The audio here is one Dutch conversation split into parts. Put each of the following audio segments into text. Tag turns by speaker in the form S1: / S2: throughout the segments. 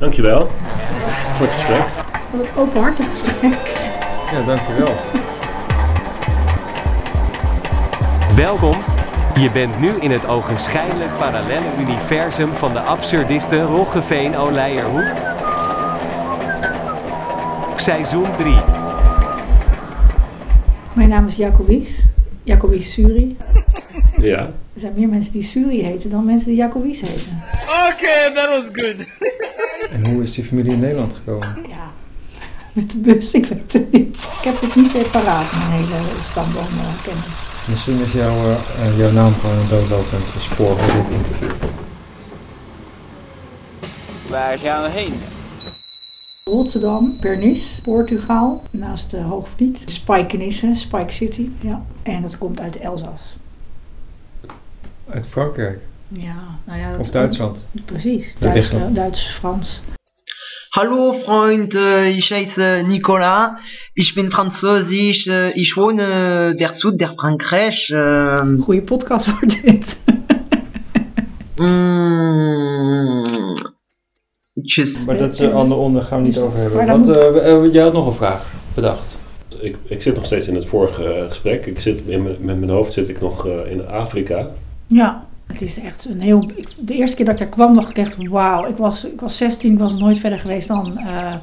S1: Dankjewel voor het gesprek.
S2: Wat een openhartig gesprek.
S3: Ja, dankjewel.
S4: Welkom. Je bent nu in het ogenschijnlijk parallelle universum van de absurdiste Roggeveen Oleierhoek. Seizoen 3.
S2: Mijn naam is Jacobis. Jacobis Suri.
S1: Ja.
S2: Er zijn meer mensen die Suri heten dan mensen die Jacobis heten.
S5: Okay, that was good.
S3: En hoe is die familie in Nederland gekomen?
S2: Ja. Met de bus, ik weet het niet. Ik heb het niet eh, paraat, mijn hele stamboom eh, kennen.
S3: Misschien is jouw, eh, eh, jouw naam gewoon een doodlopend spoor voor dit interview.
S5: Waar gaan we heen?
S2: Rotterdam, Pernis, Portugal, naast eh, Hoogvliet. Spijkenisse, Spike City. Ja. En dat komt uit Elzas.
S3: Uit Frankrijk
S2: Ja, nou ja. dat
S3: of
S2: komt-
S3: Duitsland.
S2: Precies,
S3: Ja,
S2: Duits,
S3: dichter.
S2: eh, Duits, Frans.
S6: Hallo Freund, äh, ich heiße Nicolas, ich bin Französisch, äh, ich wohne der Süd der Frankreich. ähm,
S2: Goede podcast wordt dit.
S6: mm, tschüss.
S3: Maar dat is een ander onderwerp, gaan we niet
S2: Dus dat-
S3: over hebben.
S2: maar dan
S3: Want eh, eh, jij had nog een vraag bedacht.
S1: Ik, ik zit nog steeds in het vorige eh, gesprek. Ik zit in, mijn- met mijn hoofd zit ik nog eh, in Afrika.
S2: Ja, het is echt een heel. ik- De eerste keer dat ik daar kwam, dacht ik echt: wauw, ik was, ik was 16, ik was nooit verder geweest dan, eh,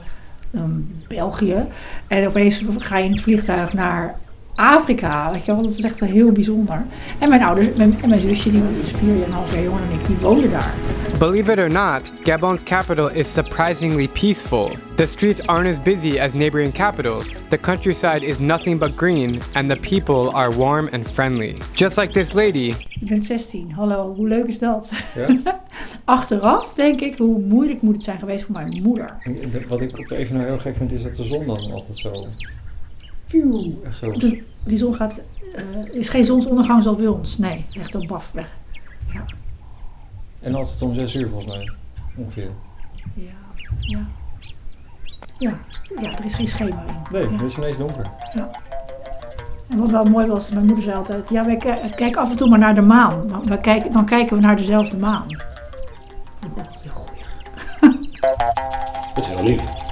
S2: dan België. En opeens ga je in het vliegtuig naar Afrika. Weet je wel, dat is echt wel heel bijzonder. En mijn ouders mijn, en mijn zusje, die is 4,5 jaar jonger dan ik, die woonde daar.
S7: Believe it or not, Gabon's capital is surprisingly peaceful. The streets aren't as busy as neighboring capitals, the countryside is nothing but green, and the people are warm and friendly. Just like this lady,
S2: Je bent 16, hallo, hoe leuk is dat?
S3: Ja?
S2: Achteraf denk ik: hoe moeilijk moet het zijn geweest voor mijn moeder?
S3: En de- Wat ik op de even nou heel gek vind is dat de zon dan altijd zo,
S2: Phew.
S3: echt zo
S2: Dus die zon gaat. eh is geen zonsondergang zoals bij ons. Nee, echt op baf weg.
S3: En altijd om 6 uur volgens mij, ongeveer.
S2: Ja, ja. Ja, ja er is geen schemering.
S3: Nee,
S2: Ja.
S3: het is ineens donker.
S2: En wat wel mooi was, mijn moeder zei altijd: Ja, wij ki- kijken af en toe maar naar de maan. Dan, wij kijken, dan kijken we naar dezelfde maan. Dat vond ik ook heel goed.
S1: Dat is heel lief.